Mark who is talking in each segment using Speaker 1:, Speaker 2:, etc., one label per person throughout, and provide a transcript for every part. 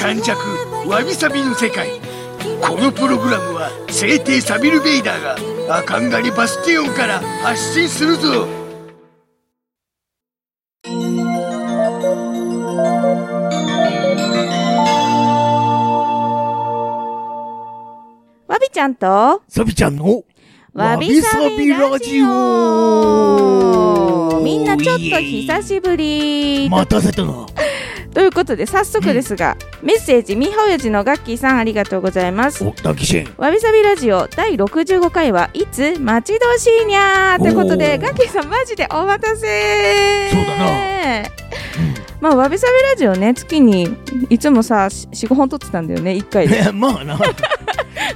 Speaker 1: 感弱わびさびの世界このプログラムは聖帝サビル・ベイダーがアカンガリバスティオンから発信するぞ
Speaker 2: わびちゃんと、
Speaker 1: サビちゃんの
Speaker 2: わびさびラジオみんなちょっと久しぶり
Speaker 1: 待たせたな
Speaker 2: ということで、早速ですが、メッセージ、みはおやじのガッキーさんありがとうございます。
Speaker 1: おダキシェン
Speaker 2: わびさびラジオ第65回はいつ待ち遠しいにゃーということで、
Speaker 1: おー
Speaker 2: ガッキーさんマジでお待たせ
Speaker 1: そうだな
Speaker 2: まあ、わびさびラジオね、月にいつもさ、4、5本撮ってたんだよね、1回で。
Speaker 1: ま あな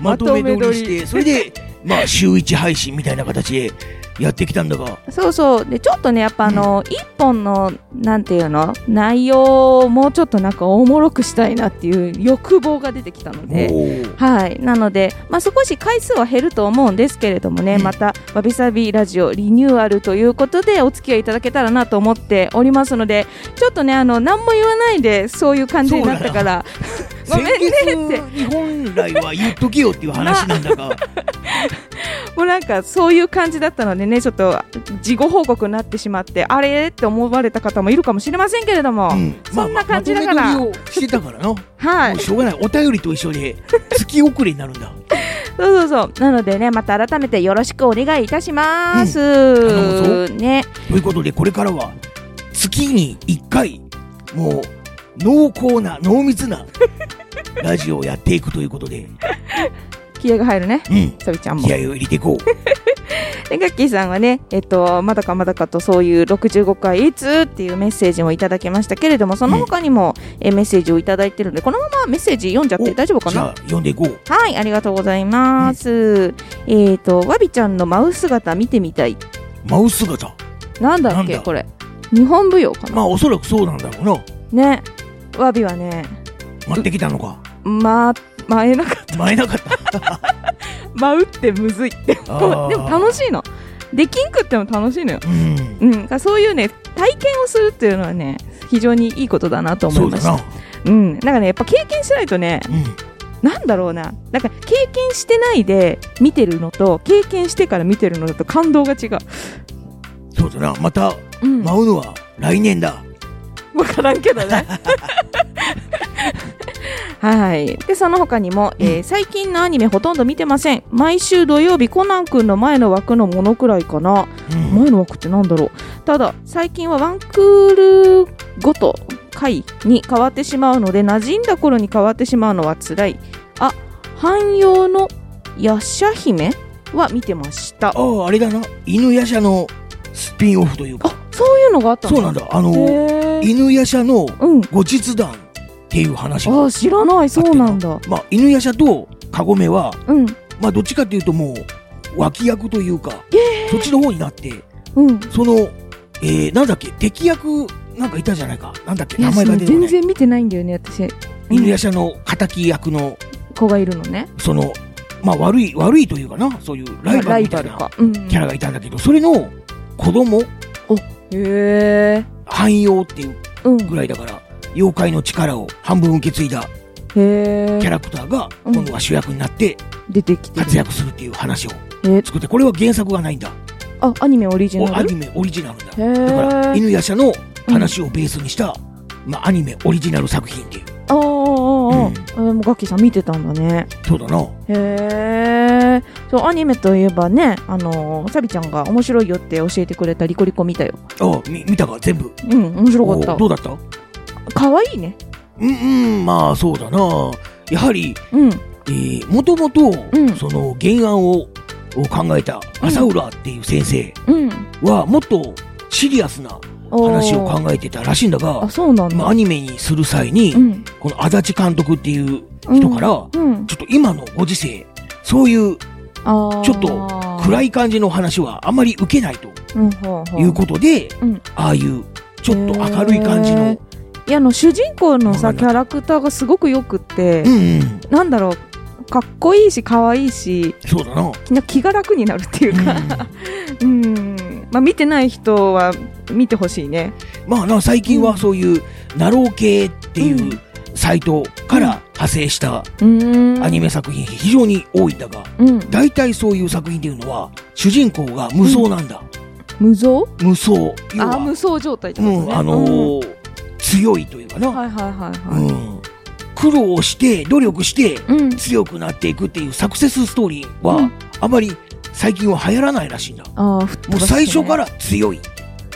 Speaker 1: まとめ撮りしてそれでまあ週一配信みたいな形でやってきたんだが
Speaker 2: そうそうでちょっとねやっぱあの一、本のなんていうの内容をもうちょっとなんかおもろくしたいなっていう欲望が出てきたので。
Speaker 1: おー
Speaker 2: はいなので、まあ、少し回数は減ると思うんですけれどもね、
Speaker 1: うん
Speaker 2: またわびさびラジオリニューアルということでお付き合いいただけたらなと思っておりますのでちょっとねあの何も言わないでそういう感じになったからごめ
Speaker 1: 先
Speaker 2: んねって
Speaker 1: 月に本来は言っとけよっていう話なん だが
Speaker 2: もうなんかそういう感じだったのでねちょっと事後報告になってしまってあれって思われた方もいるかもしれませんけれども。
Speaker 1: うんまあ
Speaker 2: そんな感じだから
Speaker 1: まとめ撮りをしてたからな
Speaker 2: は
Speaker 1: も、
Speaker 2: いう
Speaker 1: しょうがないお便りと一緒で月遅れになるんだ
Speaker 2: そうそうそう。なのでね、また改めてよろしくお願いいたします。
Speaker 1: 頼
Speaker 2: ね、
Speaker 1: ということでこれからは月に1回もう濃厚な濃密 なラジオをやっていくということで
Speaker 2: 気合が入るね。
Speaker 1: うん
Speaker 2: サビちゃんも
Speaker 1: 気。合を入れていこう
Speaker 2: で、ガッキーさんはね、えっと、まだかまだかとそういう65回いつっていうメッセージもいただきましたけれども、その他にも、えメッセージをいただいてるので、このままメッセージ読んじゃって
Speaker 1: お
Speaker 2: 大丈夫か
Speaker 1: じゃ
Speaker 2: な
Speaker 1: あ読んでいこう
Speaker 2: はい、ありがとうございます。えっと、わびちゃんの舞う姿見てみたい。
Speaker 1: マウス型
Speaker 2: なんだ
Speaker 1: な
Speaker 2: っ
Speaker 1: ん
Speaker 2: け、
Speaker 1: だ
Speaker 2: これ。日本舞踊か
Speaker 1: ま
Speaker 2: な
Speaker 1: あおそらくそうなんだろうな
Speaker 2: ね。わびはね、
Speaker 1: 待ってきたの か
Speaker 2: ま、舞えなか った。
Speaker 1: 前なかった
Speaker 2: 舞うってむずいって。こうでも楽
Speaker 1: し
Speaker 2: しいのできんくっても楽しいのよ、
Speaker 1: うん
Speaker 2: うん、だからそういうね体験をするっていうのはね非常にいいことだなと思
Speaker 1: そ
Speaker 2: いうま
Speaker 1: だ
Speaker 2: し
Speaker 1: な
Speaker 2: たうんだからねやっぱ経験しないとね
Speaker 1: うん
Speaker 2: なんだろうななんか経験してないで見てるのと経験してから見てるのだと感動が違う、
Speaker 1: そうだなまた
Speaker 2: うん、
Speaker 1: 舞うのは来年だ
Speaker 2: わからんけど ね。はい。で、その他にも、えー最近のアニメほとんど見てません。毎週土曜日、コナン君の前の枠のものくらいかな。
Speaker 1: うん
Speaker 2: 前の枠ってなんだろうただ最近はワンクールごと回に変わってしまうので馴染んだ頃に変わってしまうのは辛いあ汎用のヤシャ姫は見てましたあ
Speaker 1: あああれだな犬夜叉のスピンオフというか
Speaker 2: そういうのがあった
Speaker 1: そう
Speaker 2: の
Speaker 1: なんだあの
Speaker 2: へー
Speaker 1: 犬夜叉の
Speaker 2: うん
Speaker 1: 後日談っていう話が
Speaker 2: あ知らないそうなんだ
Speaker 1: まあ犬夜叉とカゴメは
Speaker 2: うん
Speaker 1: まあどっちかというともう脇役というかそっちの方になって
Speaker 2: うん
Speaker 1: そのえーなんだっけ敵役なんかいたじゃないかなんだっけ
Speaker 2: いや
Speaker 1: 名前が出てこ
Speaker 2: 全
Speaker 1: ない
Speaker 2: 然見てないんだよね私、うん
Speaker 1: 犬夜叉の敵役の
Speaker 2: 子がいるのね
Speaker 1: そのまあ悪い悪いというかなそういうライバルみたいな
Speaker 2: か、うん、へ
Speaker 1: キャラがいたんだけどそれの子供
Speaker 2: え
Speaker 1: 汎用っていう
Speaker 2: うん
Speaker 1: ぐらいだから妖怪の力を半分受け継いだ
Speaker 2: へ
Speaker 1: キャ
Speaker 2: え
Speaker 1: ラクターが
Speaker 2: うん
Speaker 1: 今度は主役になって
Speaker 2: 出てきてる
Speaker 1: 活躍するっていう話を
Speaker 2: え
Speaker 1: 作ってこれは原作がないんだ
Speaker 2: あアニメオリジナル
Speaker 1: おアニメオリジナルだ
Speaker 2: へー
Speaker 1: だから犬夜叉の話をベースにした、まあ、アニメオリジナル作品っていう
Speaker 2: ああ、ああ、ああ、えもうガッキーさん見てたんだね。
Speaker 1: そうだな
Speaker 2: へえ。そう、アニメといえばね、あのー、サビちゃんが面白いよって教えてくれたリコリコ見たよ。
Speaker 1: あみ見たか全部
Speaker 2: うん、面白か
Speaker 1: おど
Speaker 2: っ
Speaker 1: うだった
Speaker 2: た。可愛いね。
Speaker 1: うんうんまあそうだなやはり
Speaker 2: うん。
Speaker 1: もともと
Speaker 2: ん
Speaker 1: その原案をを考えた浅浦っていう先生
Speaker 2: うん。
Speaker 1: はもっとシリアスな
Speaker 2: おー
Speaker 1: 話を考えてたらしいんだが
Speaker 2: あ、そうなんだ。
Speaker 1: まあ、アニメにする際に、
Speaker 2: うん。
Speaker 1: この足立監督っていう人から、
Speaker 2: うん。
Speaker 1: ちょっと今のご時世、そういう
Speaker 2: あー
Speaker 1: ちょっと暗い感じの話はあまり受けないと
Speaker 2: うんほうほう
Speaker 1: いうことで、
Speaker 2: うん
Speaker 1: ああいうちょっと明るい感じ
Speaker 2: へ
Speaker 1: の
Speaker 2: ー、いやあの主人公の
Speaker 1: わか
Speaker 2: さ
Speaker 1: んない
Speaker 2: キャラクターがすごくよくって
Speaker 1: う、んうん、
Speaker 2: なんだろうかっこいいし可愛いし
Speaker 1: そうだな。
Speaker 2: なんか気が楽になるっていうか、うん、まあ見てない人は見てほしいね。
Speaker 1: まあな、最近はそういう、ナロー系っていうサイトから派生した
Speaker 2: うーん
Speaker 1: アニメ作品非常に多いんだが、
Speaker 2: うん
Speaker 1: 大体そういう作品っていうのは、主人公が無双なんだ。
Speaker 2: 無双？
Speaker 1: 無双。要
Speaker 2: あー無
Speaker 1: は、
Speaker 2: 双状態って
Speaker 1: う
Speaker 2: ことね。
Speaker 1: ん、あのー強いというか
Speaker 2: うん
Speaker 1: な、
Speaker 2: はいはいはいは
Speaker 1: うん。苦労して、努力して、
Speaker 2: い。うん。
Speaker 1: 強くなっていくっていうサクセスストーリー
Speaker 2: う
Speaker 1: は
Speaker 2: ん、
Speaker 1: あまり最近は流行らないらしいんだ。
Speaker 2: ああ、ふっ飛
Speaker 1: もう
Speaker 2: ばしてね
Speaker 1: 最初から強い。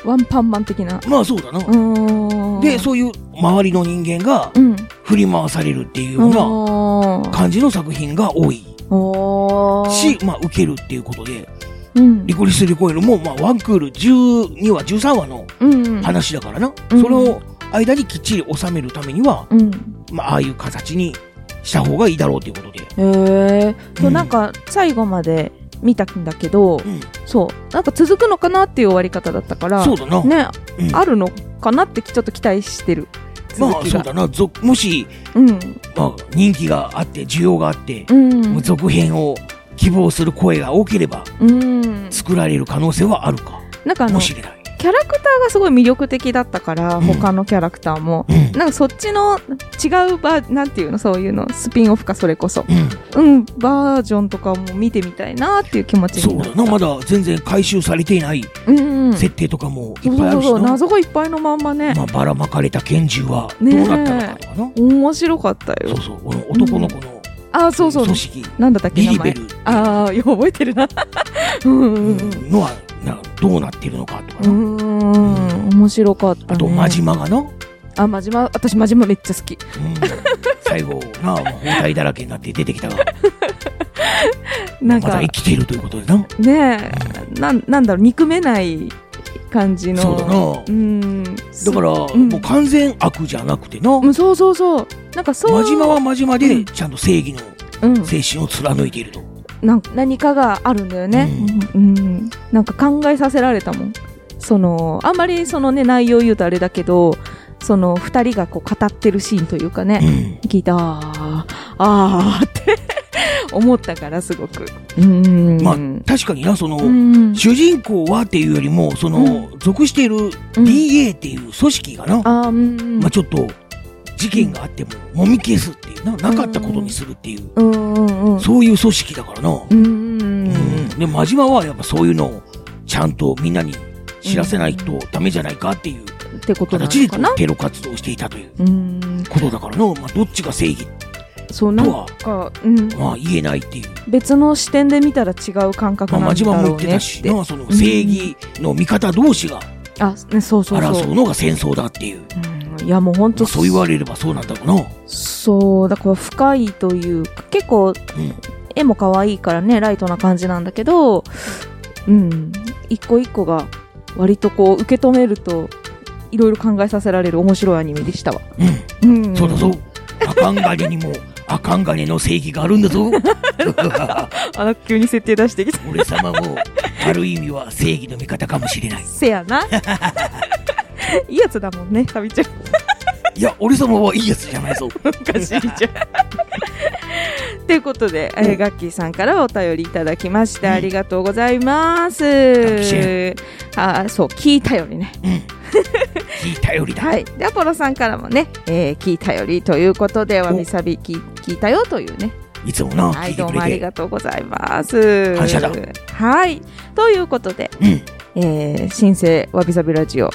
Speaker 2: ワンパンマン的な。
Speaker 1: まあそうだな
Speaker 2: う。ーん。
Speaker 1: で、そういう周りの人間が
Speaker 2: うん。
Speaker 1: 振り回されるっていうような、
Speaker 2: おー
Speaker 1: 感じの作品が多い
Speaker 2: おー
Speaker 1: し、まあ、受けるっていうことで、
Speaker 2: うん
Speaker 1: リコリス・リコイルも、まあ、ワンクール12話、13話の
Speaker 2: うん
Speaker 1: 話だからな。
Speaker 2: うん
Speaker 1: それを間にきっちり収めるためには、
Speaker 2: うん
Speaker 1: まあ、ああいう形にした方がいいだろうということで。
Speaker 2: へえそううんなんか最後まで見たんだけど、
Speaker 1: うん。
Speaker 2: そうなんか続くのかなっていう終わり方だったから
Speaker 1: そうだな。
Speaker 2: ね、
Speaker 1: うん
Speaker 2: あるのかなってちょっと期待してる
Speaker 1: ま
Speaker 2: 続
Speaker 1: あ、
Speaker 2: き
Speaker 1: そう
Speaker 2: が、
Speaker 1: だな。ぞもし、
Speaker 2: うん
Speaker 1: まあ、人気があって、需要があって、
Speaker 2: うん
Speaker 1: 続編を希望する声が多ければ、
Speaker 2: うん
Speaker 1: 作られる可能性はあるか
Speaker 2: なんかあの
Speaker 1: も
Speaker 2: キ
Speaker 1: しれない。
Speaker 2: ャラクターがすごい魅力的だったから、
Speaker 1: うん
Speaker 2: 他のキャラクターも
Speaker 1: うん。
Speaker 2: なんかそっちの違うバーなんていうのそういうのスピンオフかそれこそ
Speaker 1: うん。
Speaker 2: うんバージョンとかも見てみたいなっていう気持ち
Speaker 1: そ
Speaker 2: に
Speaker 1: う
Speaker 2: なった
Speaker 1: だな。まだ全然回収されていない
Speaker 2: うんうん
Speaker 1: 設定とかもい
Speaker 2: そう
Speaker 1: っ
Speaker 2: そ
Speaker 1: ぱいうあるし
Speaker 2: そう
Speaker 1: な。
Speaker 2: 謎がいっぱいのまんまね、
Speaker 1: まあ、ばらまかれた拳銃はどうなったのかとかな。
Speaker 2: 面白かったよ
Speaker 1: そうそう、この男の子の
Speaker 2: あそうそう
Speaker 1: 組織、
Speaker 2: なんだったっけ
Speaker 1: リ
Speaker 2: 名
Speaker 1: リベ
Speaker 2: 前
Speaker 1: ル
Speaker 2: ああよ覚えてるな うんうん
Speaker 1: のはなどうなってるのかとか
Speaker 2: う
Speaker 1: な。
Speaker 2: んうん面白かった、ね、
Speaker 1: あと、真島がな、うん
Speaker 2: あ真島私真島めっちゃ好き
Speaker 1: 最後な、もう包帯だらけになって出てきたが、
Speaker 2: な
Speaker 1: ま
Speaker 2: んか
Speaker 1: だ生きているということでな。
Speaker 2: ねえなんなんだろう憎めない感じの
Speaker 1: そうだな。
Speaker 2: うん
Speaker 1: だから、
Speaker 2: ん
Speaker 1: もう完全悪じゃなくてな、
Speaker 2: うんそうそうそうなんかそう
Speaker 1: 真島は真島
Speaker 2: う
Speaker 1: で
Speaker 2: ん
Speaker 1: ちゃんと正義の
Speaker 2: うん
Speaker 1: 精神を貫いていると。
Speaker 2: なんか何かがあるんだよね、うんなんか考えさせられたもんそのあんまりそのね内容言うとあれだけどその二人がこう語ってるシーンというか
Speaker 1: う
Speaker 2: ね、
Speaker 1: ん。
Speaker 2: 聞いたあーあーって思ったからすごくうん
Speaker 1: まあ、確かにな、その、
Speaker 2: うん
Speaker 1: 主人公はっていうよりも、その、属している
Speaker 2: うん
Speaker 1: DA っていう組織がな、
Speaker 2: あーうん
Speaker 1: まあ、ちょっと事件があってももみ消すっていうななかったことにするっていう、
Speaker 2: うんうんうん
Speaker 1: そういう組織だからな、
Speaker 2: う
Speaker 1: うん
Speaker 2: うんうん
Speaker 1: で真島はやっぱそういうのをちゃんとみんなに知らせないとダメじゃないかっていう
Speaker 2: ってことな
Speaker 1: 形
Speaker 2: の
Speaker 1: で
Speaker 2: かな
Speaker 1: テロ活動をしていたという
Speaker 2: うん
Speaker 1: ことだからな、まあ、どっちが正義
Speaker 2: そうなん
Speaker 1: と
Speaker 2: か
Speaker 1: は、
Speaker 2: うん、
Speaker 1: まあ、言えないっていう、
Speaker 2: 別の視点で見たら違う感覚
Speaker 1: まあ、
Speaker 2: なん
Speaker 1: 真
Speaker 2: だろ
Speaker 1: 島も
Speaker 2: う
Speaker 1: 言って
Speaker 2: ね
Speaker 1: た
Speaker 2: っ
Speaker 1: してなその正義の味方同士が
Speaker 2: あねそうそうそう
Speaker 1: 争うのが戦争だっていう、
Speaker 2: うんいやもう本
Speaker 1: ま
Speaker 2: 当
Speaker 1: あ、そう言われればそうなんだろうな、
Speaker 2: そうだから深いというか結構
Speaker 1: うん、
Speaker 2: 絵も可愛いからねライトな感じなんだけどうん一個一個が割とこう受け止めるといろいろ考えさせられる面白いアニメでしたわ、
Speaker 1: うん
Speaker 2: うん、
Speaker 1: そうだぞ。アカンガニにも、アカンガニの正義があるん だぞ。
Speaker 2: あら急に設定出してきた
Speaker 1: 俺様も、ある意味は正義の味方かもしれない。
Speaker 2: せやないいやつだもんねサビちゃん
Speaker 1: いや、俺様はいいやつじ ゃないぞ。
Speaker 2: おかしいじゃんということで、えーガッキーさんからお便りいただきまして、
Speaker 1: うん
Speaker 2: ありがとうございます
Speaker 1: キシェ
Speaker 2: あーそう聞いたよりね
Speaker 1: うん。いい頼りだ。
Speaker 2: はい、でアポロさんからもね、えー聞いたよりということでわびさび聞聞いたよというね
Speaker 1: いつもな、
Speaker 2: は
Speaker 1: 聞
Speaker 2: い
Speaker 1: いて
Speaker 2: どう
Speaker 1: く
Speaker 2: もあ
Speaker 1: れ
Speaker 2: り
Speaker 1: て。
Speaker 2: がとうございます
Speaker 1: 感謝だ
Speaker 2: はいということで、
Speaker 1: うん。
Speaker 2: えー新生わびさびラジオ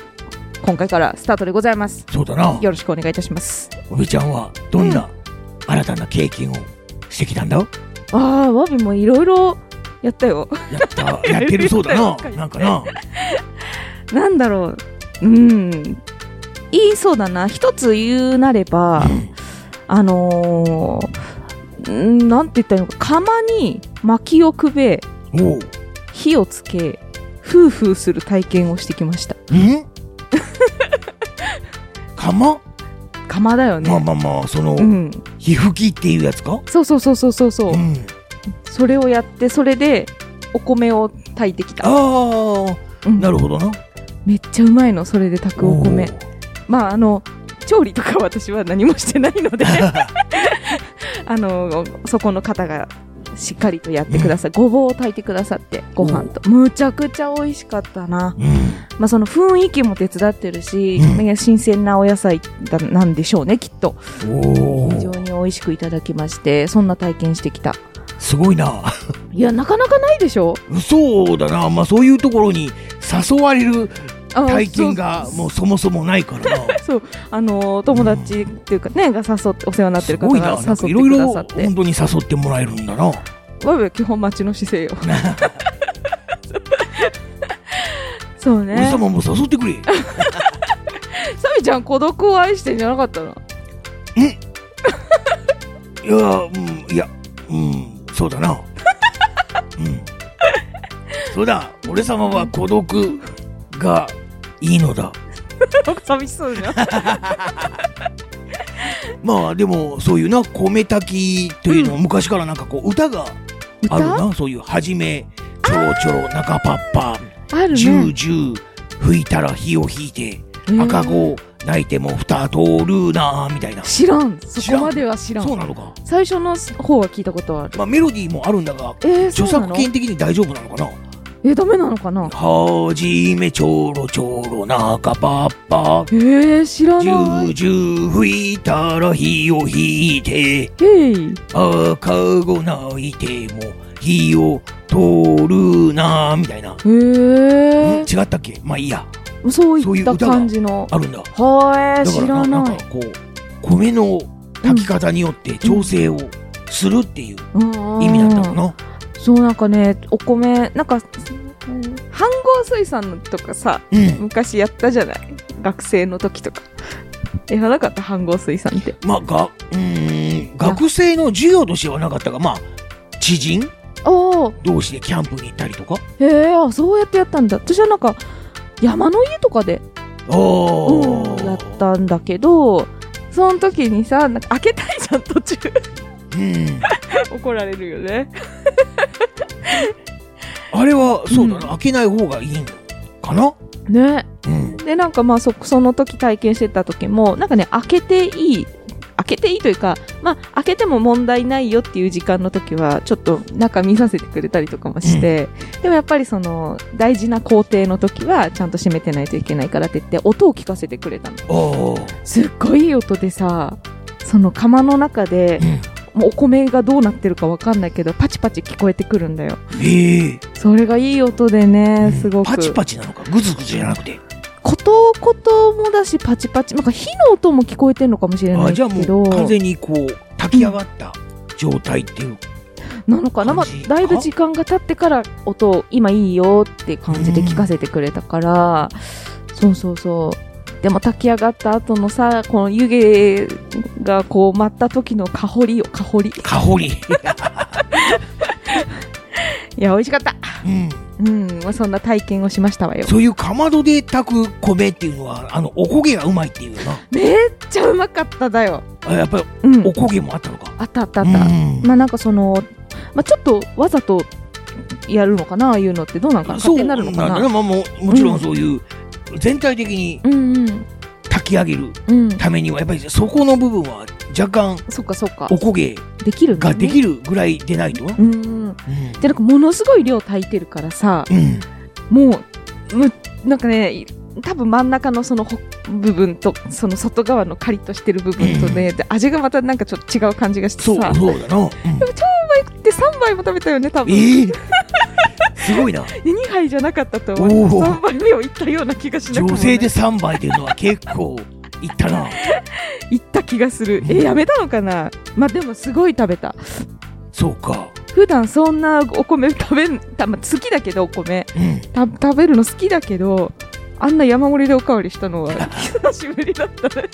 Speaker 2: 今回からスタートでございます
Speaker 1: そうだな。
Speaker 2: よろしくお願いいたします
Speaker 1: おびちゃんは、どんな新たな経験をしてきたんだ
Speaker 2: あーわびもいろいろやったよ
Speaker 1: やった、 やってるそうだな。なんかな。
Speaker 2: なんだろううんいいそうだな一つ言うなれば、
Speaker 1: うん
Speaker 2: あのー、んなんて言ったらいいのか、釜に薪をくべ、
Speaker 1: おう。
Speaker 2: 火をつけ、夫婦する体験をしてきました。
Speaker 1: うん釜
Speaker 2: 釜だよね、
Speaker 1: まあまあまあその、
Speaker 2: うん
Speaker 1: 皮膚きっていうやつか
Speaker 2: そうそうそうそうそうそう、
Speaker 1: うん
Speaker 2: それをやってそれでお米を炊いてきた、
Speaker 1: あ
Speaker 2: う
Speaker 1: あ
Speaker 2: ん
Speaker 1: なるほどな
Speaker 2: めっちゃうまいのそれで炊くお米
Speaker 1: ー
Speaker 2: まああの調理とか私は何もしてないのであのそこの方がしっかりとやってください、ごぼうを炊いてくださってご飯とむちゃくちゃ美味しかったな、
Speaker 1: うん
Speaker 2: まあ、その雰囲気も手伝ってるし、
Speaker 1: うん
Speaker 2: なんか新鮮なお野菜だなんでしょうねきっと
Speaker 1: お
Speaker 2: 非常
Speaker 1: ー
Speaker 2: に美味しくいただきましてそんな体験してきた
Speaker 1: すごいない
Speaker 2: やなかなかないでしょ
Speaker 1: そうだなまあそういうところに誘われる
Speaker 2: あ
Speaker 1: 体験が
Speaker 2: そう
Speaker 1: もうそもそもないからな
Speaker 2: そうあの友達っていうかね、が誘ってお世話になって
Speaker 1: す
Speaker 2: る方
Speaker 1: ごい
Speaker 2: が
Speaker 1: な
Speaker 2: 誘
Speaker 1: なん
Speaker 2: っ
Speaker 1: か
Speaker 2: て
Speaker 1: いろ
Speaker 2: く
Speaker 1: いろ
Speaker 2: ださって
Speaker 1: 本当に誘ってもらえるんだな
Speaker 2: わびは基本待ちの姿勢 よそう
Speaker 1: 俺
Speaker 2: ね
Speaker 1: 様も 誘ってくれ
Speaker 2: サミちゃん孤独を愛してんじゃなかったの
Speaker 1: いやうんいやうんそうだなうんそうだ俺様は孤独がいいのだ
Speaker 2: 寂しそうじゃん
Speaker 1: まあでもそういうな米炊きというのも昔からなんかこう歌が あるな、そういう「はじめちょろちょろ中パッパ
Speaker 2: ある
Speaker 1: ジュー
Speaker 2: ね
Speaker 1: ジュー吹いたら火を引いて
Speaker 2: うん
Speaker 1: 赤子泣いても蓋通るな」みたいな
Speaker 2: 知らんそこまでは知らん
Speaker 1: そうなのか、
Speaker 2: 最初の方は聞いたことある
Speaker 1: まあ、メロディーもあるんだが
Speaker 2: えー、
Speaker 1: 著
Speaker 2: そうな
Speaker 1: 作
Speaker 2: の
Speaker 1: 権的に大丈夫なのかな
Speaker 2: えー、ダメなのかな
Speaker 1: はじめちょろちょろ中パッパ
Speaker 2: えー、知ら
Speaker 1: ジ
Speaker 2: な
Speaker 1: ュー
Speaker 2: い
Speaker 1: ジュー吹いたら火を引いて
Speaker 2: へい
Speaker 1: 赤子泣いても火を通るなみたいな、
Speaker 2: え
Speaker 1: ん
Speaker 2: ー、
Speaker 1: 違ったっけまあいいや
Speaker 2: そう
Speaker 1: そう
Speaker 2: いっ
Speaker 1: いう
Speaker 2: た
Speaker 1: 歌が
Speaker 2: 感じの
Speaker 1: あるんだ
Speaker 2: はえー、
Speaker 1: だか
Speaker 2: 知
Speaker 1: ら
Speaker 2: ら
Speaker 1: な
Speaker 2: なんい
Speaker 1: かこう米の炊き方によって調整をするっていう意
Speaker 2: 意
Speaker 1: 味だったのかな、
Speaker 2: そうなんかねお米なんかうん飯合水産のとかさ
Speaker 1: うん、
Speaker 2: 昔やったじゃない学生の時とかやらなかった飯合水産って
Speaker 1: まあがうーん学生の授業としてはなかったがまあ知人
Speaker 2: ああ
Speaker 1: 同士でキャンプに行ったりとか
Speaker 2: へえあそうやってやったんだ私はなんか山の家とかで、
Speaker 1: ああ、
Speaker 2: うん、やったんだけどその時にさなんか開けたいじゃん途中
Speaker 1: うん
Speaker 2: 怒られるよね
Speaker 1: あれはそう
Speaker 2: う
Speaker 1: だな、
Speaker 2: ん
Speaker 1: 開けない方がいいのかな
Speaker 2: ね
Speaker 1: うん
Speaker 2: でなんかまあそその時体験してた時もなんかね開けていい開けていいというか、まあ、開けても問題ないよっていう時間の時はちょっと中見させてくれたりとかもして、でもやっぱりその大事な工程の時はちゃんと閉めてないといけないからって言って音を聞かせてくれたの
Speaker 1: ああ
Speaker 2: すっごいいい音でさその釜の中で
Speaker 1: うん
Speaker 2: もうお米がどうなってるかわかんないけどパチパチ聞こえてくるんだよ
Speaker 1: ええ
Speaker 2: それがいい音でねすごく
Speaker 1: パチパチなのかグズグズじゃなくて
Speaker 2: ことこともだしパチパチなんか火の音も聞こえてるのかもしれな
Speaker 1: あ
Speaker 2: い
Speaker 1: じ
Speaker 2: け
Speaker 1: ゃあも
Speaker 2: ど
Speaker 1: う完全にこう炊き上がった状態っていう
Speaker 2: なのかな、ま
Speaker 1: 感じ
Speaker 2: あ、だいぶ時間が経ってから音を今いいよって感じで聞かせてくれたから、そうそうそうでも炊き上がった後のさこの湯気がこう舞った時の香りよ香りい
Speaker 1: 香り
Speaker 2: や美味しかった
Speaker 1: うん
Speaker 2: うんまあそんな体験をしましたわよ
Speaker 1: そういうかまどで炊く米っていうのはあのおこげがうまいっていうな
Speaker 2: めっちゃうまかっただよ
Speaker 1: あやっぱり
Speaker 2: うん
Speaker 1: おこげもあったのか
Speaker 2: あったあったあった、
Speaker 1: うん
Speaker 2: まあなんかその、まあ、ちょっとわざとやるのかなああいうのってどうなんかな
Speaker 1: そ
Speaker 2: 勝
Speaker 1: う
Speaker 2: 手
Speaker 1: ん
Speaker 2: にな
Speaker 1: だ
Speaker 2: るのかな
Speaker 1: ねまあもうもちろんそういう全体的に
Speaker 2: うんうん
Speaker 1: 炊き上げる
Speaker 2: うん
Speaker 1: ためにはやっぱりそこの部分は若干
Speaker 2: そっかそっか
Speaker 1: おこげ
Speaker 2: できるんだ、
Speaker 1: が
Speaker 2: ね、
Speaker 1: できるぐらいでないとな
Speaker 2: うんうんでなんかものすごい量炊いてるからさ
Speaker 1: うん、うん
Speaker 2: もうむなんかねい多分真ん中のそのほ部分とその外側のカリッとしてる部分とね、で味がまたなんかちょっと違う感じがして
Speaker 1: そう
Speaker 2: さ
Speaker 1: そうだな、うん
Speaker 2: で3杯も食べたよね多分、
Speaker 1: ええ すご いな
Speaker 2: で2杯じゃなかったと
Speaker 1: お
Speaker 2: 思う
Speaker 1: ー
Speaker 2: 3杯目をいったような気がしなくも
Speaker 1: 女
Speaker 2: ない
Speaker 1: 性で3杯っていうのは結構いっ たな
Speaker 2: 行った気がするえやめたのかなまあでもすごい食べた
Speaker 1: そうか
Speaker 2: 普段そんなお米食べん た、まあ、好きだけどお米
Speaker 1: うん
Speaker 2: た食べるの好きだけどあんな山盛りでおかわりしたのは 久しぶりだったね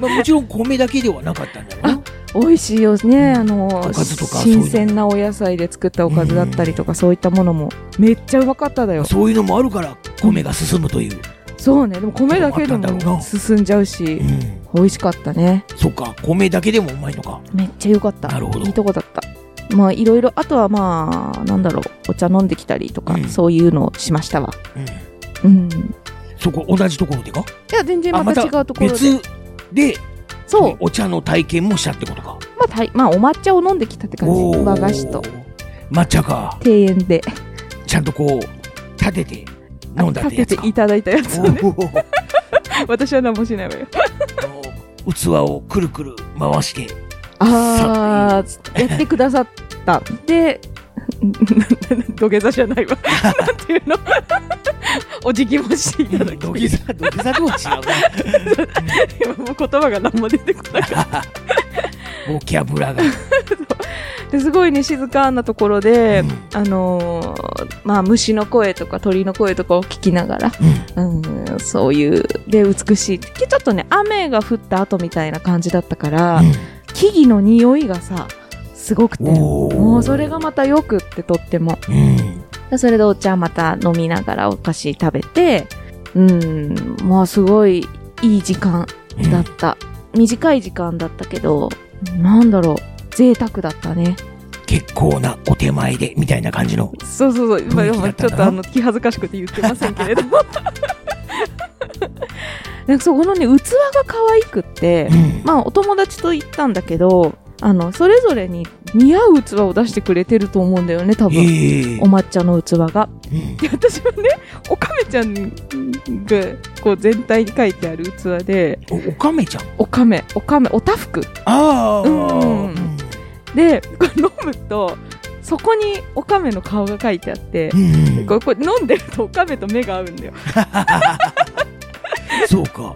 Speaker 1: まあもちろん米だけではなかったんだろうな
Speaker 2: 美味しいよね、あの
Speaker 1: おかずとかそういうの
Speaker 2: 新鮮なお野菜で作ったおかずだったりとか、そういったものもめっちゃうまかっただよ
Speaker 1: そういうのもあるから米が進むという
Speaker 2: そうねでも米だけで
Speaker 1: あったんだろう
Speaker 2: も
Speaker 1: な
Speaker 2: 進んじゃうし
Speaker 1: うん。
Speaker 2: 美味しかったね
Speaker 1: そっか、米だけでもうまいのか。
Speaker 2: めっちゃ良かった
Speaker 1: なるほど
Speaker 2: いいとこだったまあいろいろあとはまあなんだろうお茶飲んできたりとか、
Speaker 1: うん
Speaker 2: そういうのをしましたわ
Speaker 1: うん。
Speaker 2: うんい
Speaker 1: そこ、同じところでか
Speaker 2: や全然
Speaker 1: あ
Speaker 2: また違うところで、
Speaker 1: 別で、
Speaker 2: そう
Speaker 1: お茶の体験もしたってことか。
Speaker 2: まあたいまあお抹茶を飲んできたって感じ
Speaker 1: おー
Speaker 2: 和菓子と。
Speaker 1: 抹茶か。
Speaker 2: 庭園で
Speaker 1: ちゃんとこう、立てて飲んだってや
Speaker 2: 立
Speaker 1: つ
Speaker 2: て
Speaker 1: か
Speaker 2: て。いただいたやつをね
Speaker 1: おー
Speaker 2: 私は何もしないわよ
Speaker 1: あの器をくるくる回して、
Speaker 2: ああ、やってくださった。で、 土下座じゃないわ。 なんていうの お辞儀もしていただき、
Speaker 1: 土下座、土下座とは違う
Speaker 2: 今 もう言葉が何も出てこない。
Speaker 1: な。ボキャブラが。
Speaker 2: ですごいね、静かなところで、
Speaker 1: うん
Speaker 2: あのーまあ、虫の声とか鳥の声とかを聞きながら、うん、そういう、で、美しい。ちょっとね、雨が降った後みたいな感じだったから、木々の匂いがさ、すごくて、
Speaker 1: おー
Speaker 2: もうそれがまたよくってとっても。
Speaker 1: うん。うん。
Speaker 2: でそれでお茶また飲みながらお菓子食べて、うん、まあすごいいい時間
Speaker 1: うん
Speaker 2: だった。短い時間だったけど、なんだろう、贅沢だったね。
Speaker 1: 結構なお手前で、みたいな感じの。
Speaker 2: そうそうそう、まあ
Speaker 1: 雰囲気だった
Speaker 2: ちょ
Speaker 1: ん
Speaker 2: っ
Speaker 1: だな
Speaker 2: とあの気恥ずかしくて言ってませんけれども。 なんかそこのね、器が可愛くって
Speaker 1: う、ん。
Speaker 2: まあお友達と行ったんだけど、あの、それぞれに似合う器を出してくれてると思うんだよね、多分。
Speaker 1: ええ
Speaker 2: お抹茶の器が。
Speaker 1: うん
Speaker 2: で私はねおかめちゃんがこう全体に書いてある器で
Speaker 1: おおかめちゃん。
Speaker 2: おかめおかめおたふく
Speaker 1: ああ。
Speaker 2: うんでこれ飲むとそこにおかめの顔が書いてあって
Speaker 1: うん
Speaker 2: これこれ飲んでるとおかめと目が合うんだよ
Speaker 1: そうか。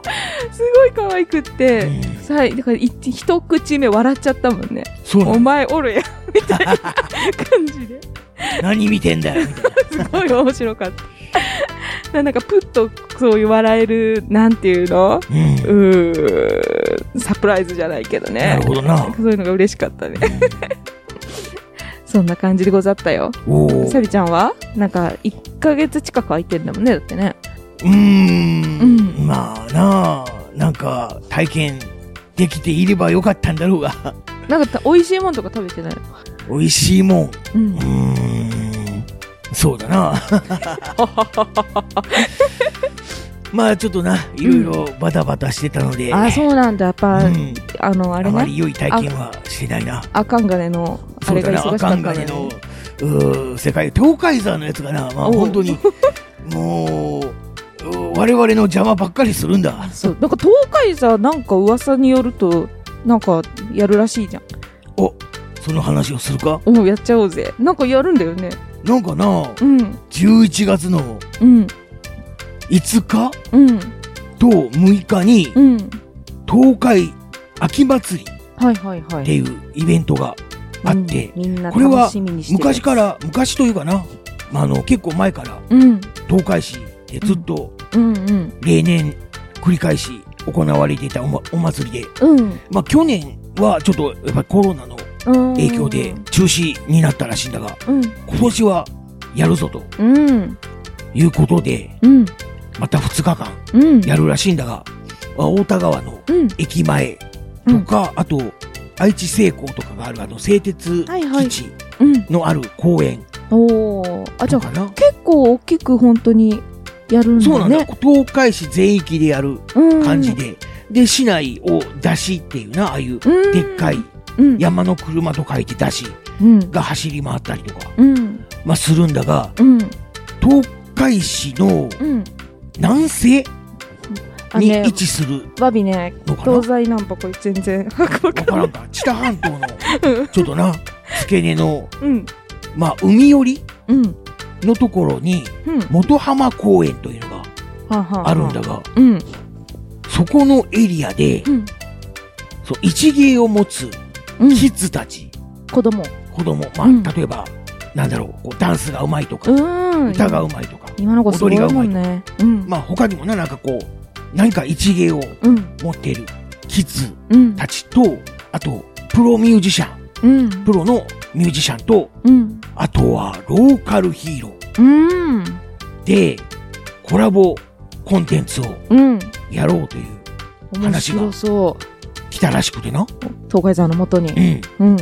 Speaker 2: すごい可愛くっ
Speaker 1: う
Speaker 2: て、
Speaker 1: ん
Speaker 2: さいだから一一口目笑っちゃったもんね
Speaker 1: そうな
Speaker 2: お
Speaker 1: の。
Speaker 2: 前おるやん みたいな感じ で
Speaker 1: 何見てんだよ。みたい
Speaker 2: すごい面白かったなんかプッとそういう笑えるなんていうの
Speaker 1: な
Speaker 2: う
Speaker 1: うん
Speaker 2: ーんサプライズじゃないけどね。
Speaker 1: なるほどな。
Speaker 2: そういうのが嬉しかったね。そんな感じでござったよ。
Speaker 1: お お。
Speaker 2: サビちゃんはなんか、1ヶ月近く空いてんだもんね、だってね。
Speaker 1: うーん
Speaker 2: うん
Speaker 1: んまあなあなんか体験できていればよかったんだろう が
Speaker 2: なんかた、美味しいもんとか食べてないの
Speaker 1: 美味しいもんう
Speaker 2: うん。
Speaker 1: ーんそう だなまあちょっとないろいろバタバタしてたので、
Speaker 2: あ、そうなんだ。やっぱ、
Speaker 1: うん
Speaker 2: あの、あ
Speaker 1: あ
Speaker 2: れ
Speaker 1: ま
Speaker 2: ね。
Speaker 1: り良い体験はしてないな
Speaker 2: あかんがねの、あ
Speaker 1: そ
Speaker 2: れ
Speaker 1: うだ
Speaker 2: が
Speaker 1: な
Speaker 2: 忙し
Speaker 1: ア
Speaker 2: か
Speaker 1: カ
Speaker 2: った
Speaker 1: ン
Speaker 2: んだ
Speaker 1: ガ
Speaker 2: ね
Speaker 1: ニのうー世界東海山のやつがなまあ
Speaker 2: おう
Speaker 1: 本当にもううー我々の邪魔ばっかりするんだ
Speaker 2: そう。なんか、東海座なんか噂によると、なんか、やるらしいじゃん。
Speaker 1: おその話をするか
Speaker 2: おうやっちゃおうぜ。なんかやるんだよね。
Speaker 1: なんかな
Speaker 2: うん。
Speaker 1: 11月の
Speaker 2: うん。
Speaker 1: 5日
Speaker 2: うん。
Speaker 1: と6日に
Speaker 2: うん。
Speaker 1: 東海秋祭り
Speaker 2: はいはいはい。
Speaker 1: っていうイベントがあって、
Speaker 2: うんみんな
Speaker 1: これは
Speaker 2: 楽しみにしてる
Speaker 1: 昔から昔というかな、まあ、あの結構前から
Speaker 2: うん
Speaker 1: 東海市でずっと
Speaker 2: うんうん
Speaker 1: 例年繰り返し行われていたお,、ま、お祭りで、
Speaker 2: うん
Speaker 1: まあ、去年はちょっとやっぱりコロナの
Speaker 2: うん
Speaker 1: 影響で中止になったらしいんだが
Speaker 2: うん
Speaker 1: 今年はやるぞと
Speaker 2: うん
Speaker 1: いうことで
Speaker 2: うん
Speaker 1: また2日間
Speaker 2: うん
Speaker 1: やるらしいんだが、まあ太田川の
Speaker 2: うん
Speaker 1: 駅前とか、あと愛知製鋼とかがあるあの製鉄
Speaker 2: はいはい
Speaker 1: 基地
Speaker 2: うん
Speaker 1: のある公園
Speaker 2: おおあじゃ
Speaker 1: と
Speaker 2: あ
Speaker 1: かな、
Speaker 2: 結構大きく本当にやるん
Speaker 1: そう
Speaker 2: だ
Speaker 1: なんだ、
Speaker 2: ね
Speaker 1: 東海市全域でやる
Speaker 2: うん
Speaker 1: 感じで、で市内を出しっていうなああいう
Speaker 2: うん
Speaker 1: でっかい
Speaker 2: うん
Speaker 1: 山の車と書いて出し
Speaker 2: うん
Speaker 1: が走り回ったりとか、
Speaker 2: うん
Speaker 1: まあ、するんだが
Speaker 2: うん
Speaker 1: 東海市の
Speaker 2: うん
Speaker 1: 南西
Speaker 2: あ
Speaker 1: に
Speaker 2: ね
Speaker 1: 位置する
Speaker 2: わびね
Speaker 1: のかな
Speaker 2: 東西南北これ全然 わかん
Speaker 1: わ
Speaker 2: ない
Speaker 1: からんか知多半島のちょっとな付け根の、
Speaker 2: うん
Speaker 1: まあ、海寄り
Speaker 2: うん
Speaker 1: のところに
Speaker 2: うん
Speaker 1: 元浜公園というのが
Speaker 2: ははは
Speaker 1: あるんだが、
Speaker 2: うん
Speaker 1: そこのエリアで、
Speaker 2: うん
Speaker 1: そう一芸を持つ
Speaker 2: うん
Speaker 1: キッズたち、
Speaker 2: 子供
Speaker 1: 子供、まあ、
Speaker 2: うん
Speaker 1: 例えば、なんだろう、こうダンスがうまいとか、
Speaker 2: うん
Speaker 1: 歌がうまいとか、
Speaker 2: 今の子すごいもん
Speaker 1: 踊
Speaker 2: ねうん
Speaker 1: まあ、他にもな、なんかこう、何か一芸を
Speaker 2: うん
Speaker 1: 持っているキッズ
Speaker 2: うん
Speaker 1: たちと、あと、プロミュージシャン、
Speaker 2: うん
Speaker 1: プロのミュージシャンと、
Speaker 2: うん
Speaker 1: あとはローカルヒーロ
Speaker 2: うん
Speaker 1: ーでコラボコンテンツを
Speaker 2: うん
Speaker 1: やろうという
Speaker 2: 面白そ
Speaker 1: 来たらしくてな、
Speaker 2: う東海山のもと
Speaker 1: う
Speaker 2: に
Speaker 1: ん、
Speaker 2: うん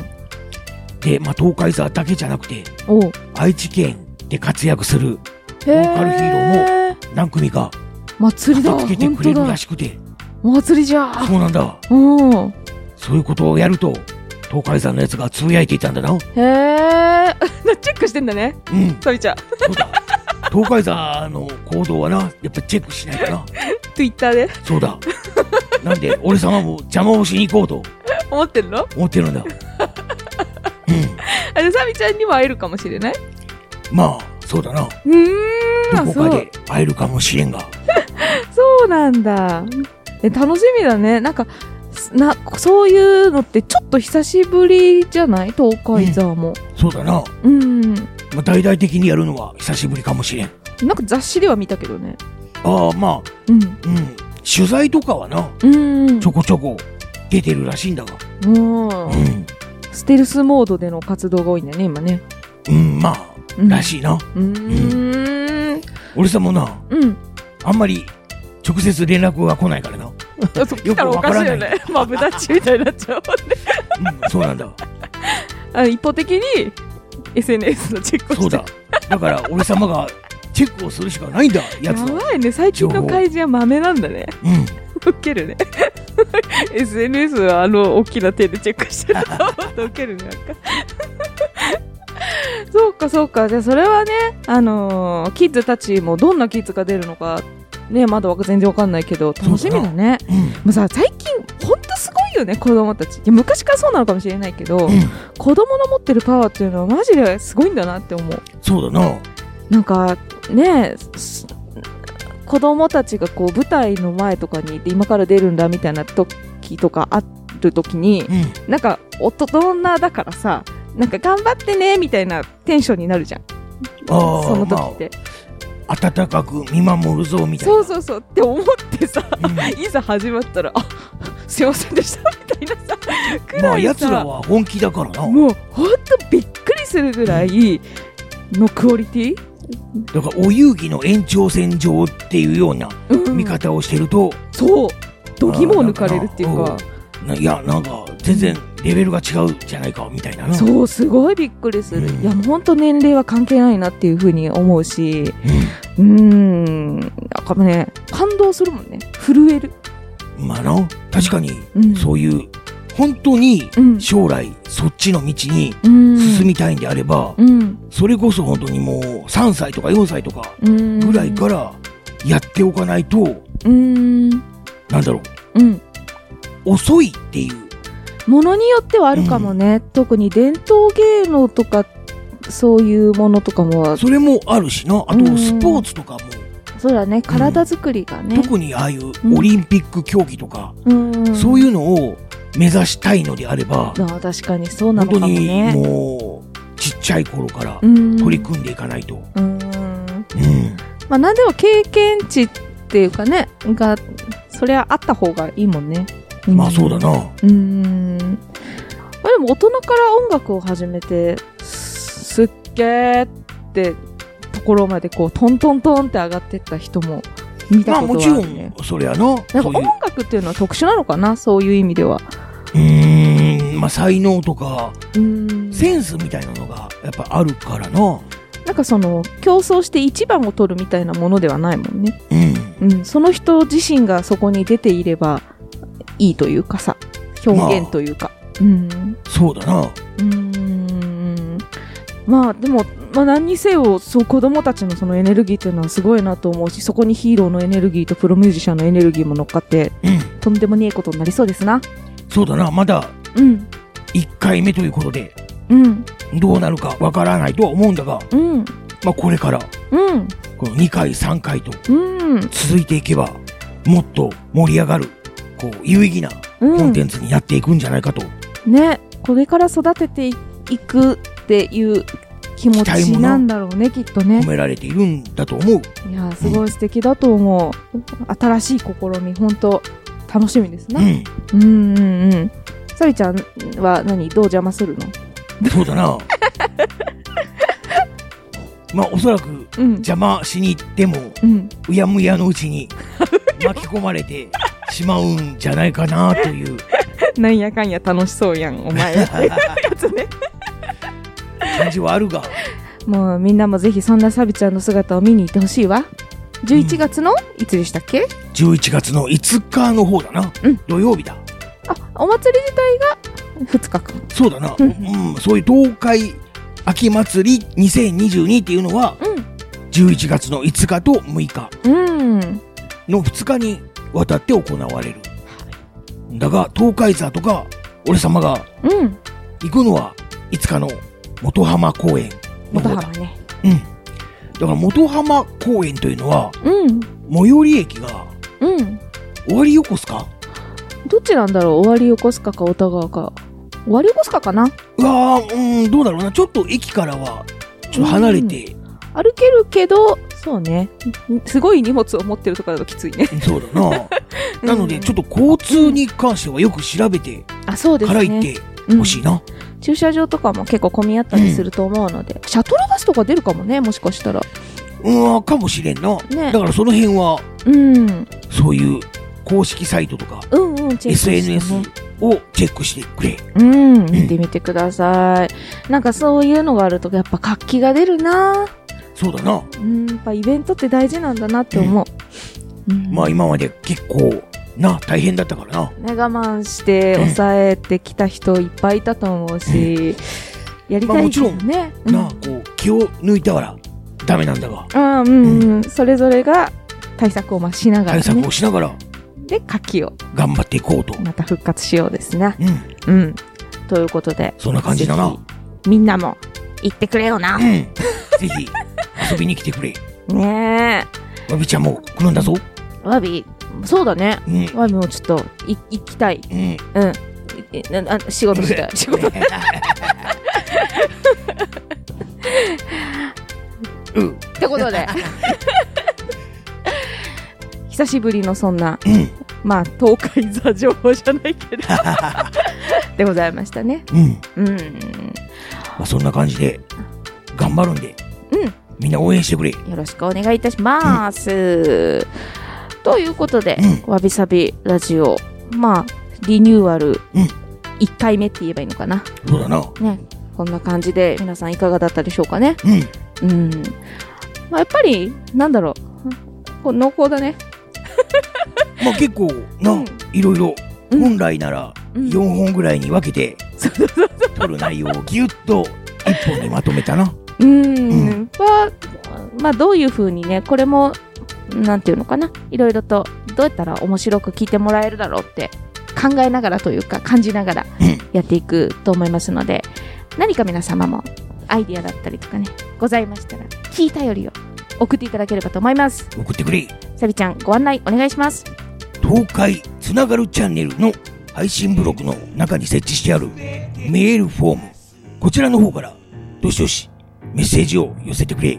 Speaker 1: で、まあ、東海座だけじゃなくて
Speaker 2: おう
Speaker 1: 愛知県で活躍する
Speaker 2: へ
Speaker 1: ボーカルヒーロ
Speaker 2: え
Speaker 1: 何組か
Speaker 2: 祭りだ
Speaker 1: 駆けつけて
Speaker 2: 本
Speaker 1: くれ
Speaker 2: 当
Speaker 1: るら
Speaker 2: だ
Speaker 1: しくて
Speaker 2: お祭りじゃ
Speaker 1: そうなんだ
Speaker 2: うん
Speaker 1: そういうことをやると東海座のやつがつぶやいていたんだなうん
Speaker 2: へえ チェックしてんだねサビちゃん
Speaker 1: そうだ東海座の行動はなやっぱチェックしないとな
Speaker 2: Twitter で
Speaker 1: そうだなんで俺様も邪魔をしに行こうと
Speaker 2: 思ってるの
Speaker 1: 思ってるんだ
Speaker 2: あれサビちゃんにも会えるかもしれない
Speaker 1: まあそうだな
Speaker 2: うーんあ
Speaker 1: どこ
Speaker 2: そ
Speaker 1: か
Speaker 2: う
Speaker 1: で会えるかもしれんが
Speaker 2: そうなんだえ楽しみだねなんかすなそういうのってちょっと久しぶりじゃない東海ザーも
Speaker 1: そうだな、
Speaker 2: うん
Speaker 1: まあ、大々的にやるのは久しぶりかもしれん
Speaker 2: なんか雑誌では見たけどね
Speaker 1: ああまあ
Speaker 2: うん
Speaker 1: うん取材とかはな
Speaker 2: うん
Speaker 1: ちょこちょこ出てるらしいんだが
Speaker 2: もう
Speaker 1: うん、
Speaker 2: ステルスモードでの活動が多いんだよね今ね
Speaker 1: うん、まあ
Speaker 2: うん
Speaker 1: らしいな
Speaker 2: うーん
Speaker 1: 俺さんもな
Speaker 2: うん
Speaker 1: あんまり直接連絡が来ないからな、う
Speaker 2: あそう来たらおかしいよねマブダッチみたいになっちゃうもんね
Speaker 1: ん、そうな んだ
Speaker 2: あ一方的に SNS のチェックをして
Speaker 1: そうだだから俺様がチェックをするしかないんだや
Speaker 2: や
Speaker 1: つの
Speaker 2: ばいね最近の怪人はマメなんだね
Speaker 1: うん
Speaker 2: ウケるね SNS はあの大きな手でチェックしてると思ってウケるねなんか そうかそうかじゃあそれはねあのーキッズたちもどんなキッズが出るのかねまだわか全然わかんないけど楽しみだね
Speaker 1: うん
Speaker 2: もうさ最近ほんとすごいよね子供たちいや昔からそうなのかもしれないけど、
Speaker 1: うん
Speaker 2: 子供の持ってるパワーっていうのはマジですごいんだなって思う
Speaker 1: そうだな
Speaker 2: なんかねす子供たちがこう舞台の前とかにいて今から出るんだみたいな時とかある時に
Speaker 1: うん
Speaker 2: なんか大人だからさなんか頑張ってねみたいなテンションになるじゃん
Speaker 1: あー
Speaker 2: その時って、
Speaker 1: 温かく見守るぞみたいな
Speaker 2: そうそうそうって思ってさ
Speaker 1: うん
Speaker 2: いざ始まったらあすいませんでしたみたいなさく
Speaker 1: ま
Speaker 2: ら
Speaker 1: あ
Speaker 2: い
Speaker 1: 奴
Speaker 2: さ、
Speaker 1: らは本気だからな
Speaker 2: もうほんとびっくりするぐらいのクオリティ、
Speaker 1: だからお遊戯の延長線上っていうような
Speaker 2: うん
Speaker 1: 見方をしてると、
Speaker 2: そう度肝を抜かれるっていう
Speaker 1: あー
Speaker 2: か
Speaker 1: なんかないやなんか全然レベルが違うじゃないかみたいなな
Speaker 2: そうすごいびっくりする、
Speaker 1: うん
Speaker 2: いやもうほんと年齢は関係ないなっていうふうに思うし
Speaker 1: う
Speaker 2: うーんなんかね感動するもんね震える、
Speaker 1: んまあな確かに
Speaker 2: うん、
Speaker 1: そういう本当に
Speaker 2: うん
Speaker 1: 将来そっちの道に
Speaker 2: うん
Speaker 1: 進みたいんであれば、
Speaker 2: うん
Speaker 1: それこそ本当にもう3歳とか4歳とか
Speaker 2: うん
Speaker 1: ぐらいからやっておかないと、
Speaker 2: うん
Speaker 1: なんだろう
Speaker 2: うん
Speaker 1: 遅いっていう
Speaker 2: ものによってはあるかもね、特に伝統芸能とかそういうものとかも
Speaker 1: それもあるしなあ
Speaker 2: うん
Speaker 1: とスポーツとかも、
Speaker 2: そうだね体作りがね、
Speaker 1: 特にああいうオリンピック競技とか、
Speaker 2: うん、
Speaker 1: そう
Speaker 2: う
Speaker 1: いうのを目指したいのであれば、
Speaker 2: ああ確かにそうな
Speaker 1: 本
Speaker 2: のか
Speaker 1: 当
Speaker 2: も
Speaker 1: に
Speaker 2: ね
Speaker 1: もうちっちゃい頃から
Speaker 2: うん
Speaker 1: 取り組んでいかないと、
Speaker 2: うん
Speaker 1: うん
Speaker 2: まあ、なんでも経験値っていうかね、が、そりゃあった方がいいもんね。ん
Speaker 1: まあそうだ。な
Speaker 2: うーん。まあ、でも大人から音楽を始めて、すすっげーってところまでこう、トントントンって上がってった人も見
Speaker 1: ま
Speaker 2: た
Speaker 1: あ
Speaker 2: こ
Speaker 1: も
Speaker 2: と
Speaker 1: ち
Speaker 2: はあ
Speaker 1: ろ
Speaker 2: るね
Speaker 1: ん。それやな
Speaker 2: なん
Speaker 1: そ
Speaker 2: か
Speaker 1: ういう
Speaker 2: 音楽っていうのは特殊なのかなそういう意味では。
Speaker 1: うーんまあ才能とか
Speaker 2: うーん。
Speaker 1: センスみたいなのがやっぱあるからな
Speaker 2: なんかその、競争して一番を取るみたいなものではないもんね。
Speaker 1: うん
Speaker 2: うん、その人自身がそこに出ていればいいというかさ表現というか、うん
Speaker 1: そうだな
Speaker 2: うーんまあでも、まあ、何にせよそう子供たちのそのエネルギーっていうのはすごいなと思うしそこにヒーローのエネルギーとプロミュージシャンのエネルギーも乗っかって
Speaker 1: うん
Speaker 2: とんでもねえことになりそうですな
Speaker 1: そうだなまだ
Speaker 2: うん
Speaker 1: 1回目ということで
Speaker 2: うん
Speaker 1: どうなるかわからないとは思うんだが、
Speaker 2: うん
Speaker 1: まあ、これから
Speaker 2: うん
Speaker 1: この2回3回と
Speaker 2: うん
Speaker 1: 続いていけばもっと盛り上がるこう有意義なコ
Speaker 2: う
Speaker 1: ン
Speaker 2: ん
Speaker 1: テンツになっていくんじゃないかと、
Speaker 2: ねこれから育てていくっていう気持
Speaker 1: 期待も
Speaker 2: ち
Speaker 1: な
Speaker 2: なんだろうねきっとね
Speaker 1: 褒められているんだと思う
Speaker 2: いやーすごい素敵だと思う、新しい試み本当楽しみです
Speaker 1: う
Speaker 2: ね、う
Speaker 1: ん
Speaker 2: ん、うんうんサビちゃん は何どう邪魔するの
Speaker 1: そうだなまあ、おそらく
Speaker 2: うん
Speaker 1: 邪魔しに行っても、
Speaker 2: うん
Speaker 1: うやむやのうちに巻き込まれてしまうんじゃないかなという。
Speaker 2: なんやかんや楽しそうやんお 前やつね
Speaker 1: 感じはあるが、
Speaker 2: もうみんなもぜひそんなサビちゃんの姿を見に行ってほしいわ11月の、いつでしたっけ
Speaker 1: 11月の5日の方だな。
Speaker 2: うん
Speaker 1: 土曜日だ。
Speaker 2: あお祭り自体が2日間
Speaker 1: そうだな。
Speaker 2: う
Speaker 1: うんん、そういう東海秋祭り2022っていうのは、11月の5日と6日
Speaker 2: うんうん
Speaker 1: の2日にわたって行われる。だが、東海座とか、俺様が
Speaker 2: うん
Speaker 1: 行くのは5日の元浜公園の
Speaker 2: 元
Speaker 1: 方だ。
Speaker 2: 浜ね
Speaker 1: うん。だから元浜公園というのは、
Speaker 2: うん
Speaker 1: 最寄り駅が
Speaker 2: うん
Speaker 1: 終わり横須賀
Speaker 2: どっちなんだろう終わり横須賀か小田川か終わり横須賀かな
Speaker 1: うわーうん、どうだろうな。ちょっと駅からは、ちょっと離れて、
Speaker 2: 歩けるけどそうねんすごい荷物を持ってるとかだときついね
Speaker 1: そう だな。なので、ちょっと交通に関してはよく調べて
Speaker 2: あそうです
Speaker 1: か
Speaker 2: ね
Speaker 1: ら行ってほしいな。
Speaker 2: うん駐車場とかも結構混み合ったりすると思うので、シャトルバスとか出るかもねもしかしたら
Speaker 1: うん、かもしれんな。
Speaker 2: ね
Speaker 1: だからその辺は、
Speaker 2: うんうん
Speaker 1: そういう公式サイトとか、
Speaker 2: うんチェックしてね
Speaker 1: SNS をチェックしてくれ。
Speaker 2: うん見てみてくださいなんかそういうのがあるとやっぱ活気が出るな
Speaker 1: そうだな。
Speaker 2: うんやっぱイベントって大事なんだなって思う、うん
Speaker 1: まあ今まで結構、な、大変だったからな。
Speaker 2: 我慢して
Speaker 1: うん
Speaker 2: 抑えてきた人いっぱいいたと思うし、やり
Speaker 1: ま
Speaker 2: た
Speaker 1: あ
Speaker 2: い
Speaker 1: も
Speaker 2: け
Speaker 1: ち
Speaker 2: ど
Speaker 1: ろん
Speaker 2: ね。
Speaker 1: な、こう、気を抜いたから、ダメなんだが、
Speaker 2: うん、うん、うん、それぞれが対策をまあしなが
Speaker 1: 対
Speaker 2: ら、
Speaker 1: 策
Speaker 2: ね
Speaker 1: を、しながら
Speaker 2: で、夏季を
Speaker 1: 頑張っていこうと。
Speaker 2: また復活しようですね。
Speaker 1: うん、
Speaker 2: うん。ということで、
Speaker 1: そんな感じだな。
Speaker 2: みんなも行ってくれよな
Speaker 1: う。ん。ぜひ、遊びに来てくれ。
Speaker 2: ね
Speaker 1: わびちゃんも来るんだぞ。
Speaker 2: え。わび、そうだね。
Speaker 1: うん。
Speaker 2: わびもちょっと、い、行きたい。
Speaker 1: うん。
Speaker 2: うん。いなな仕事したい。 仕事。
Speaker 1: うん。
Speaker 2: ってことで。久しぶりのそんな
Speaker 1: うん。
Speaker 2: まあ、東海座情報じゃないけ ど。でございましたね。
Speaker 1: うん。
Speaker 2: うん。
Speaker 1: まあ、そんな感じで、頑張るんで、
Speaker 2: うん。
Speaker 1: みんな応援してくれ。
Speaker 2: よろしくお願いいたします。ということで、わびさびラジオ、まあ、リニューアル、
Speaker 1: うん
Speaker 2: 1回目って言えばいいのかな。
Speaker 1: そうだな。
Speaker 2: ね。こんな感じで、皆さんいかがだったでしょうかね。
Speaker 1: うん。
Speaker 2: うん。まあ、やっぱり、なんだろう。こう濃厚だね。
Speaker 1: まあ、結構、な、
Speaker 2: うん
Speaker 1: いろいろ、
Speaker 2: うん
Speaker 1: 本来なら、
Speaker 2: うん
Speaker 1: 4本ぐらいに分けて、撮る内容をぎゅっと、一本にまとめたな。
Speaker 2: うーん、は、まあ、どういうふうにね、これも、なんていうのかな、いろいろと、どうやったら面白く聞いてもらえるだろうって、考えながらというか、感じながら
Speaker 1: うん
Speaker 2: やっていくと思いますので、何か皆様も、アイディアだったりとかね、ございましたら、聞いたよりを送っていただければと思います。
Speaker 1: 送ってくれ。
Speaker 2: サビちゃん、ご案内お願いします。
Speaker 1: 東海つながるチャンネルの配信ブログの中に設置してあるメールフォーム。こちらの方から、どしどしメッセージを寄せてくれ。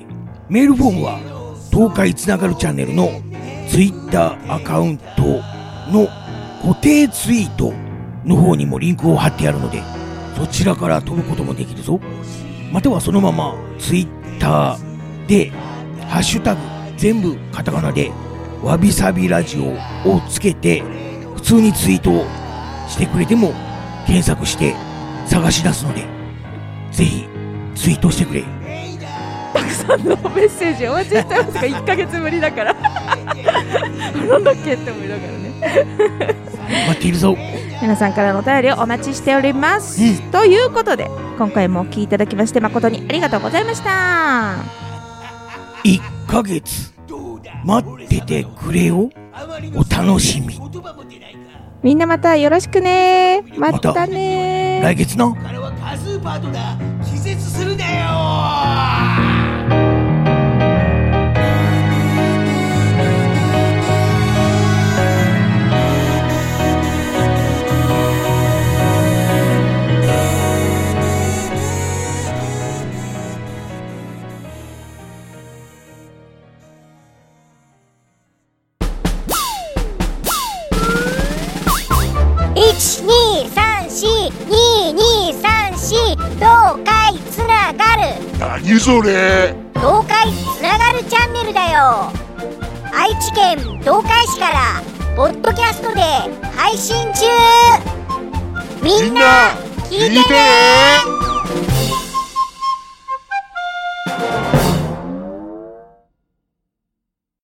Speaker 1: メールフォームは、東海つながるチャンネルのツイッターアカウントの固定ツイートの方にもリンクを貼ってあるので、そちらから飛ぶこともできるぞ。またはそのままツイッターで、ハッシュタグ全部カタカナで、わびさびラジオをつけて、普通にツイートをしてくれても、検索して探し出すので、ぜひツイートしてくれ。
Speaker 2: たくさんのメッセージお待ちしてますが、1ヶ月ぶりだから。 なんだっけって思いながらね。
Speaker 1: 待っているぞ。
Speaker 2: 皆さんからのお便りをお待ちしております、
Speaker 1: う
Speaker 2: ということで今回もお聞きいただきまして誠にありがとうございました
Speaker 1: 1ヶ月、待っててくれよ。お楽しみ。
Speaker 2: みんなまたよろしくねまたね
Speaker 1: 来月な。
Speaker 3: からは多数パートナー気絶するなよ
Speaker 4: 12342234東海つながる
Speaker 5: 何それ
Speaker 4: 東海つながるチャンネルだよ愛知県東海市からポッドキャストで配信中みんな聞いてね